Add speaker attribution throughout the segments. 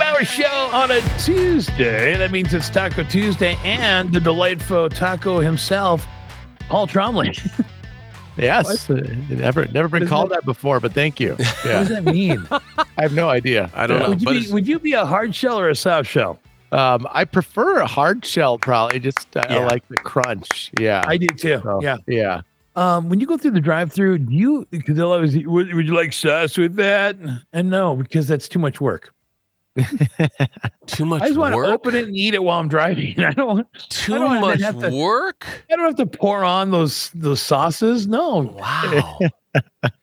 Speaker 1: hour show on a Tuesday. That means it's Taco Tuesday and the delightful taco himself, Paul Tromley.
Speaker 2: Yes. Never, never been
Speaker 1: Doesn't
Speaker 2: called
Speaker 1: it-
Speaker 2: that before, but thank you.
Speaker 1: What does
Speaker 2: Yeah.
Speaker 1: that mean?
Speaker 2: I have no idea.
Speaker 3: I don't know.
Speaker 1: would, you
Speaker 3: But
Speaker 1: be,
Speaker 3: it's-
Speaker 1: would you be a hard shell or a soft shell?
Speaker 2: Um, I prefer a hard shell, probably. Just uh, I-
Speaker 1: Yeah.
Speaker 2: I like the crunch. Yeah.
Speaker 1: I do too.
Speaker 2: So,
Speaker 1: Yeah.
Speaker 2: Yeah.
Speaker 1: Um, when you go through the drive-through, do you? Because they'll always, would, would you like sauce with that? And no, because that's too much work.
Speaker 3: too much
Speaker 1: I just want to
Speaker 3: work.
Speaker 1: open it and eat it while I'm driving. I don't.
Speaker 3: too
Speaker 1: don't wanna
Speaker 3: much
Speaker 1: have to-
Speaker 3: work.
Speaker 1: I don't have to pour on those those sauces. No,
Speaker 3: Wow.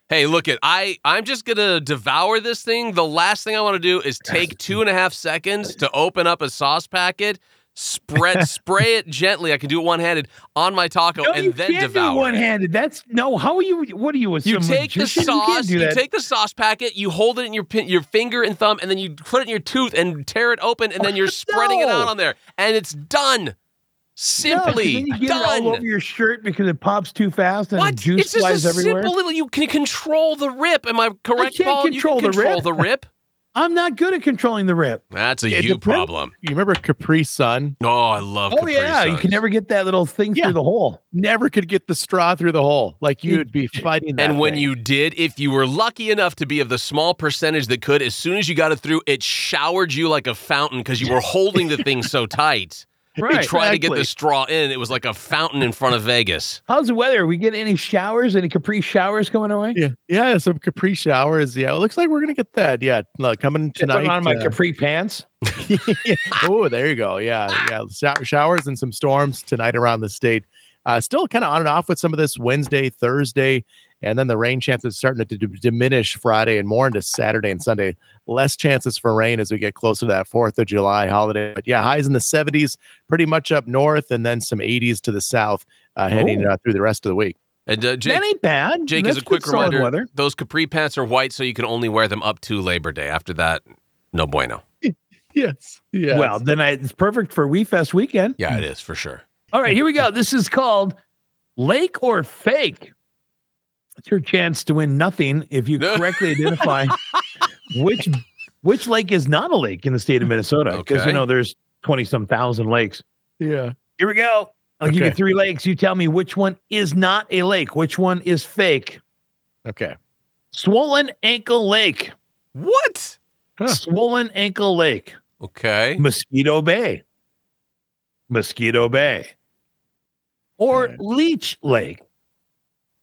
Speaker 3: hey, look at I. I'm just gonna devour this thing. The last thing I want to do is take two and a half seconds to open up a sauce packet, spread, spray it gently. I can do it one handed on my taco,
Speaker 1: no,
Speaker 3: and
Speaker 1: you
Speaker 3: then
Speaker 1: can't
Speaker 3: devour.
Speaker 1: do
Speaker 3: it.
Speaker 1: one-handed. That's no. How are you? What are you? a-
Speaker 3: You
Speaker 1: some
Speaker 3: take the
Speaker 1: magician? You can't
Speaker 3: sauce,
Speaker 1: do
Speaker 3: you,
Speaker 1: that.
Speaker 3: take the sauce packet, you hold it in your pin, your finger and thumb, and then you put it in your tooth and tear it open, and then you're spreading it out
Speaker 1: No.
Speaker 3: on there, and it's done.
Speaker 1: No, 'cause
Speaker 3: Simply
Speaker 1: then you get it all over
Speaker 3: done.
Speaker 1: your shirt because it pops too fast and
Speaker 3: What?
Speaker 1: juice
Speaker 3: it's just
Speaker 1: flies
Speaker 3: a
Speaker 1: everywhere.
Speaker 3: simple little. You can control the rip. Am I correct,
Speaker 1: can't
Speaker 3: Paul?
Speaker 1: control
Speaker 3: you
Speaker 1: the
Speaker 3: can control
Speaker 1: rip.
Speaker 3: the rip.
Speaker 1: I'm not good at controlling the rip.
Speaker 3: That's a
Speaker 2: It
Speaker 3: you
Speaker 2: depends.
Speaker 3: problem.
Speaker 2: You remember Capri Sun?
Speaker 3: Oh, I love.
Speaker 1: Oh
Speaker 3: Capri
Speaker 1: yeah, you
Speaker 3: Suns.
Speaker 1: can never get that little thing
Speaker 2: Yeah.
Speaker 1: through the hole.
Speaker 2: Never could get the straw through the hole. Like
Speaker 1: It-
Speaker 2: you would be fighting that.
Speaker 3: And when
Speaker 2: thing.
Speaker 3: you did, if you were lucky enough to be of the small percentage that could, as soon as you got it through, it showered you like a fountain because you were holding the thing so tight.
Speaker 1: Right.
Speaker 3: You tried to get
Speaker 2: exactly.
Speaker 3: the straw in. It was like a fountain in front of Vegas.
Speaker 1: How's the weather? we get any showers? Any Capri showers coming away?
Speaker 2: Yeah, yeah, some Capri showers. Yeah, it looks like we're gonna get that. Yeah, look, coming
Speaker 1: Put
Speaker 2: tonight.
Speaker 1: on my
Speaker 2: uh,
Speaker 1: Capri pants.
Speaker 2: oh, there you go. Yeah, yeah. Show- showers and some storms tonight around the state. Uh, still kind of on and off with some of this Wednesday, Thursday, and then the rain chances starting to d- diminish Friday and more into Saturday and Sunday. Less chances for rain as we get closer to that Fourth of July holiday. But yeah, highs in the 70s, pretty much up north, and then some 80s to the south uh, heading
Speaker 1: Oh.
Speaker 2: uh, through the rest of the week.
Speaker 3: And uh, Jake,
Speaker 1: that ain't bad.
Speaker 3: Jake,
Speaker 1: That's
Speaker 3: as a quick
Speaker 1: good solid
Speaker 3: reminder,
Speaker 1: weather.
Speaker 3: those capri pants are white, so you can only wear them up to Labor Day. After that, no bueno.
Speaker 2: Yes. Yeah.
Speaker 1: Well, then I, it's perfect for WeFest weekend.
Speaker 3: Yeah, it is for sure.
Speaker 1: All right, here we go. This is called Lake or Fake. It's your chance to win nothing if you
Speaker 3: No.
Speaker 1: correctly identify which which lake is not a lake in the state of Minnesota. Because
Speaker 3: Okay.
Speaker 1: you know there's twenty some thousand lakes.
Speaker 2: yeah.
Speaker 1: Here we go. I'll give you
Speaker 2: Okay.
Speaker 1: three lakes. You tell me which one is not a lake, which one is fake.
Speaker 2: Okay.
Speaker 1: Swollen Ankle Lake.
Speaker 3: What?
Speaker 2: Huh.
Speaker 1: Swollen Ankle Lake.
Speaker 3: Okay.
Speaker 1: Mosquito Bay. Mosquito Bay. Or
Speaker 2: Yeah.
Speaker 1: Leech Lake.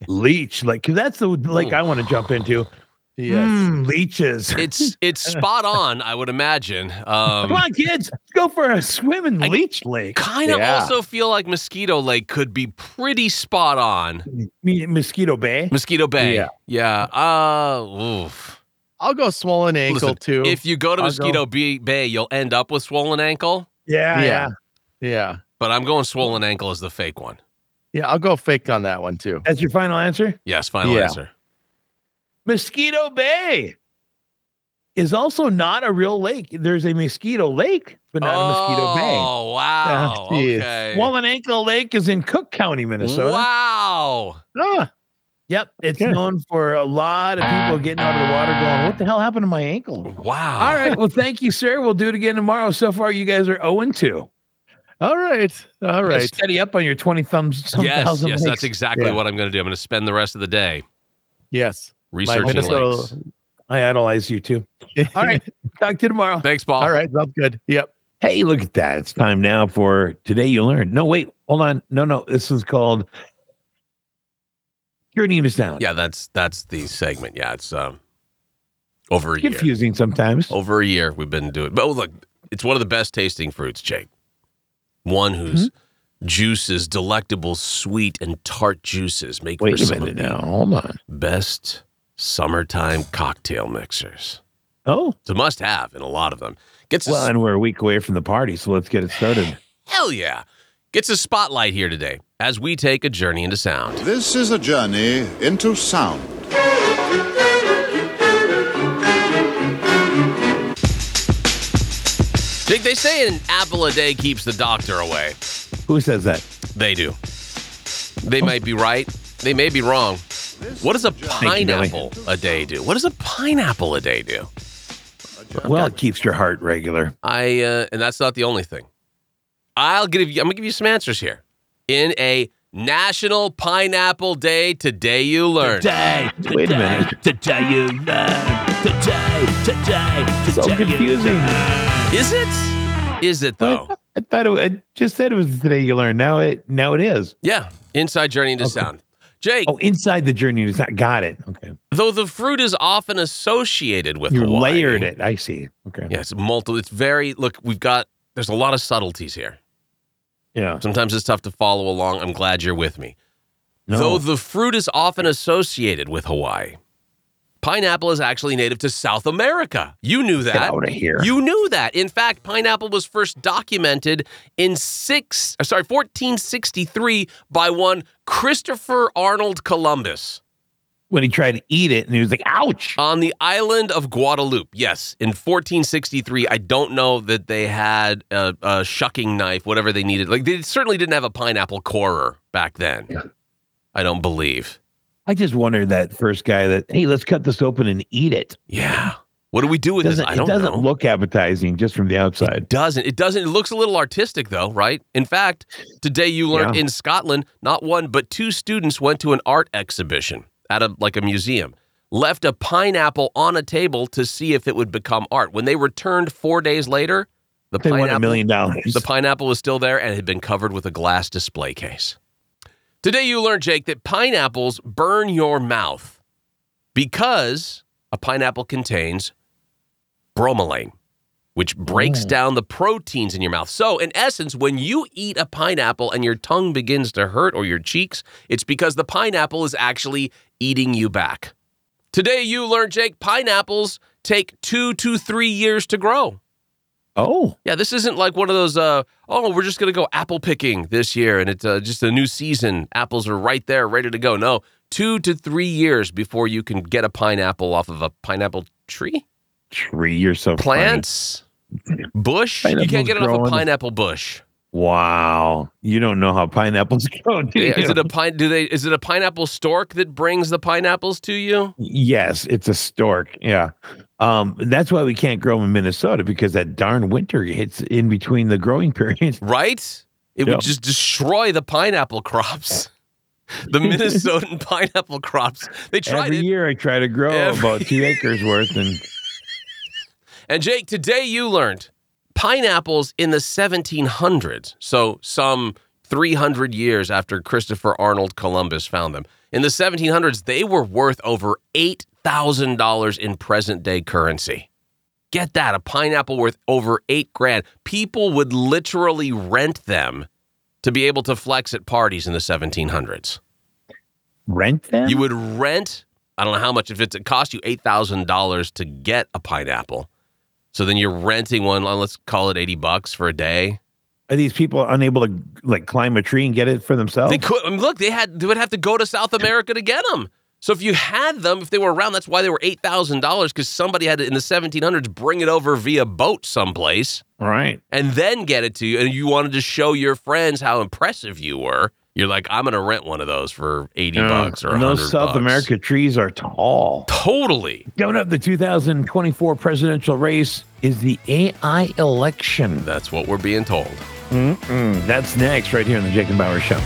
Speaker 1: Leech Lake. 'cause that's the lake I want to jump into.
Speaker 3: Hmm.
Speaker 2: Yes.
Speaker 1: Mm, leeches.
Speaker 3: It's it's spot on, I would imagine. Um,
Speaker 1: Come on, kids. Let's go for a swim in
Speaker 3: I-
Speaker 1: Leech Lake.
Speaker 3: kind of
Speaker 2: Yeah.
Speaker 3: also feel like Mosquito Lake could be pretty spot on.
Speaker 1: Me- Mosquito Bay.
Speaker 3: Mosquito Bay.
Speaker 2: Yeah.
Speaker 3: Yeah. Uh, oof.
Speaker 2: I'll go swollen ankle
Speaker 3: Listen,
Speaker 2: too.
Speaker 3: If you go to
Speaker 2: I'll
Speaker 3: Mosquito B- Bay, you'll end up with swollen ankle,
Speaker 1: Yeah,
Speaker 2: Yeah.
Speaker 1: yeah.
Speaker 2: yeah.
Speaker 3: but I'm going swollen ankle as the fake one.
Speaker 2: Yeah, I'll go fake on that one too.
Speaker 1: That's your final answer.
Speaker 3: Yes, final
Speaker 2: Yeah.
Speaker 3: answer.
Speaker 1: Mosquito Bay is also not a real lake. There's a mosquito lake, but not a mosquito bay.
Speaker 3: Oh, wow.
Speaker 2: Ah, jeez.
Speaker 3: okay.
Speaker 1: Swollen Ankle Lake is in Cook County, Minnesota.
Speaker 3: Wow.
Speaker 2: Ah,
Speaker 1: Yep, it's
Speaker 2: Okay.
Speaker 1: known for a lot of people getting out of the water going, "What the hell happened to my ankle?"
Speaker 3: Wow.
Speaker 1: All right, well, thank you, sir. We'll do it again tomorrow. So far, you guys are zero and two.
Speaker 2: all right. All right.
Speaker 1: steady up on your twenty thumbs. Some
Speaker 3: Yes,
Speaker 1: thousand
Speaker 3: yes,
Speaker 1: likes.
Speaker 3: that's exactly
Speaker 2: Yeah.
Speaker 3: what I'm going to do. I'm going to spend the rest of the day
Speaker 2: Yes. My
Speaker 3: researching lakes.
Speaker 2: Minnesota.
Speaker 1: I idolize you too. All right, talk to you tomorrow.
Speaker 3: Thanks, Paul.
Speaker 2: all right. Sounds good. Yep.
Speaker 1: Hey, look at that. It's time now for Today You Learn. No, wait, hold on. No, no, this is called Your Name is Down.
Speaker 3: Yeah, that's that's the segment. Yeah, it's um over a year.
Speaker 1: Confusing sometimes.
Speaker 3: Over a year we've been doing. But look, it's one of the best tasting fruits, Jake. One whose juice is delectable, sweet, and tart juices make for some of the
Speaker 1: Hold on.
Speaker 3: best summertime cocktail mixers.
Speaker 1: Oh,
Speaker 3: It's a must-have in a lot of them. Gets a
Speaker 1: well, and we're a week away from the party, so let's get it started.
Speaker 3: hell yeah, gets a spotlight here today as we take a journey into sound.
Speaker 4: This is a journey into sound.
Speaker 3: Jake, they say an apple a day keeps the doctor away.
Speaker 1: Who says that?
Speaker 3: They do. They might be right. They may be wrong. What does a
Speaker 1: you, Billy.
Speaker 3: pineapple a day do? What does a pineapple a day do?
Speaker 4: A
Speaker 3: John
Speaker 1: Well, it
Speaker 3: Gottman.
Speaker 1: keeps your heart regular.
Speaker 3: I uh, and that's not the only thing. I'll give you. I'm gonna give you some answers here. In a National Pineapple Day today, you learn.
Speaker 1: Today, Wait a minute. Today you learn. Today, today, today. So confusing.
Speaker 3: Is it? Is it though?
Speaker 1: I thought it, I just said it was today you learn. Now it now it is.
Speaker 3: Yeah. Inside journey into sound. Jake,
Speaker 1: Oh, inside the journey is not. Got it. Okay,
Speaker 3: though the fruit is often associated with
Speaker 1: you
Speaker 3: Hawaii-
Speaker 1: layered it. I see. Okay.
Speaker 3: Yeah, it's multiple. It's very look. We've got. There's a lot of subtleties here.
Speaker 1: Yeah.
Speaker 3: Sometimes it's tough to follow along. I'm glad you're with me.
Speaker 1: No.
Speaker 3: Though the fruit is often associated with Hawaii, pineapple is actually native to South America. You knew
Speaker 1: Get
Speaker 3: that.
Speaker 1: out of here.
Speaker 3: You knew that. In fact, pineapple was first documented in six, uh, sorry, 1463 by one Christopher Arnold Columbus
Speaker 1: when he tried to eat it, and he was like, "Ouch!"
Speaker 3: on the island of Guadeloupe. Yes, in 1463. I don't know that they had a, a shucking knife, whatever they needed. Like they certainly didn't have a pineapple corer back then.
Speaker 1: Yeah.
Speaker 3: I don't believe.
Speaker 1: I just wondered that first guy that, "Hey, let's cut this open and eat it."
Speaker 3: Yeah. What do we do with
Speaker 1: Doesn't
Speaker 3: this? I
Speaker 1: it
Speaker 3: don't
Speaker 1: doesn't
Speaker 3: know.
Speaker 1: look appetizing just from the outside?
Speaker 3: It doesn't. It doesn't. It looks a little artistic, though, right? In fact, today you learned in Scotland, not one but two students went to an art exhibition at a like a museum. Left a pineapple on a table to see if it would become art. When they returned four days later, the
Speaker 1: They won a
Speaker 3: pineapple
Speaker 1: million dollars.
Speaker 3: the pineapple was still there and had been covered with a glass display case. Today, you learned, Jake, that pineapples burn your mouth because a pineapple contains bromelain, which breaks down the proteins in your mouth. So, in essence, when you eat a pineapple and your tongue begins to hurt or your cheeks, it's because the pineapple is actually eating you back. Today, you learned, Jake, pineapples take two to three years to grow.
Speaker 1: oh,
Speaker 3: Yeah, this isn't like one of those. Uh, oh, we're just gonna go apple picking this year, and it's uh, just a new season. Apples are right there, ready to go. No, two to three years before you can get a pineapple off of a pineapple tree,
Speaker 1: tree, you're so funny.
Speaker 3: plants, bush. you can't
Speaker 1: Pineapples
Speaker 3: get it off a
Speaker 1: growing.
Speaker 3: pineapple bush.
Speaker 1: Wow, you don't know how pineapples go. Do you?
Speaker 3: Is it a pine? Do they? Is it a pineapple stork that brings the pineapples to you?
Speaker 1: Yes, it's a stork. Yeah. Um, that's why we can't grow 'em in Minnesota because that darn winter hits in between the growing periods.
Speaker 3: Right? It
Speaker 1: Yeah.
Speaker 3: would just destroy the pineapple crops. The Minnesotan pineapple crops. They tried
Speaker 1: Every
Speaker 3: it.
Speaker 1: year I try to grow
Speaker 3: Every-
Speaker 1: about two acres worth and
Speaker 3: And Jake, today you learned pineapples in the 1700s. So, some 300 years after Christopher Arnold Columbus found them. In the 1700s, they were worth over $8,000 in present day currency. Get that, a pineapple worth over eight grand. People would literally rent them to be able to flex at parties in the 1700s.
Speaker 1: rent them.
Speaker 3: You would rent. I don't know how much. If it's, it cost you eight thousand dollars to get a pineapple, so then you're renting one. on, Let's call it eighty bucks for a day.
Speaker 1: Are these people unable to like climb a tree and get it for themselves?
Speaker 3: They could I mean, look. They had. They would have to go to South America to get them. So if you had them, if they were around, that's why they were eight thousand dollars because somebody had to in the seventeen hundreds bring it over via boat someplace
Speaker 1: right.
Speaker 3: and then get it to you. And you wanted to show your friends how impressive you were. You're like, I'm gonna rent one of those for eighty
Speaker 1: Yeah.
Speaker 3: bucks or
Speaker 1: And
Speaker 3: hundred.
Speaker 1: those South America trees are tall.
Speaker 3: Totally.
Speaker 1: Coming up, the 2024 presidential race is the AI election.
Speaker 3: That's what we're being told. Hmm.
Speaker 1: Mm-mm. That's next, right here on the Jake and Bauer Show.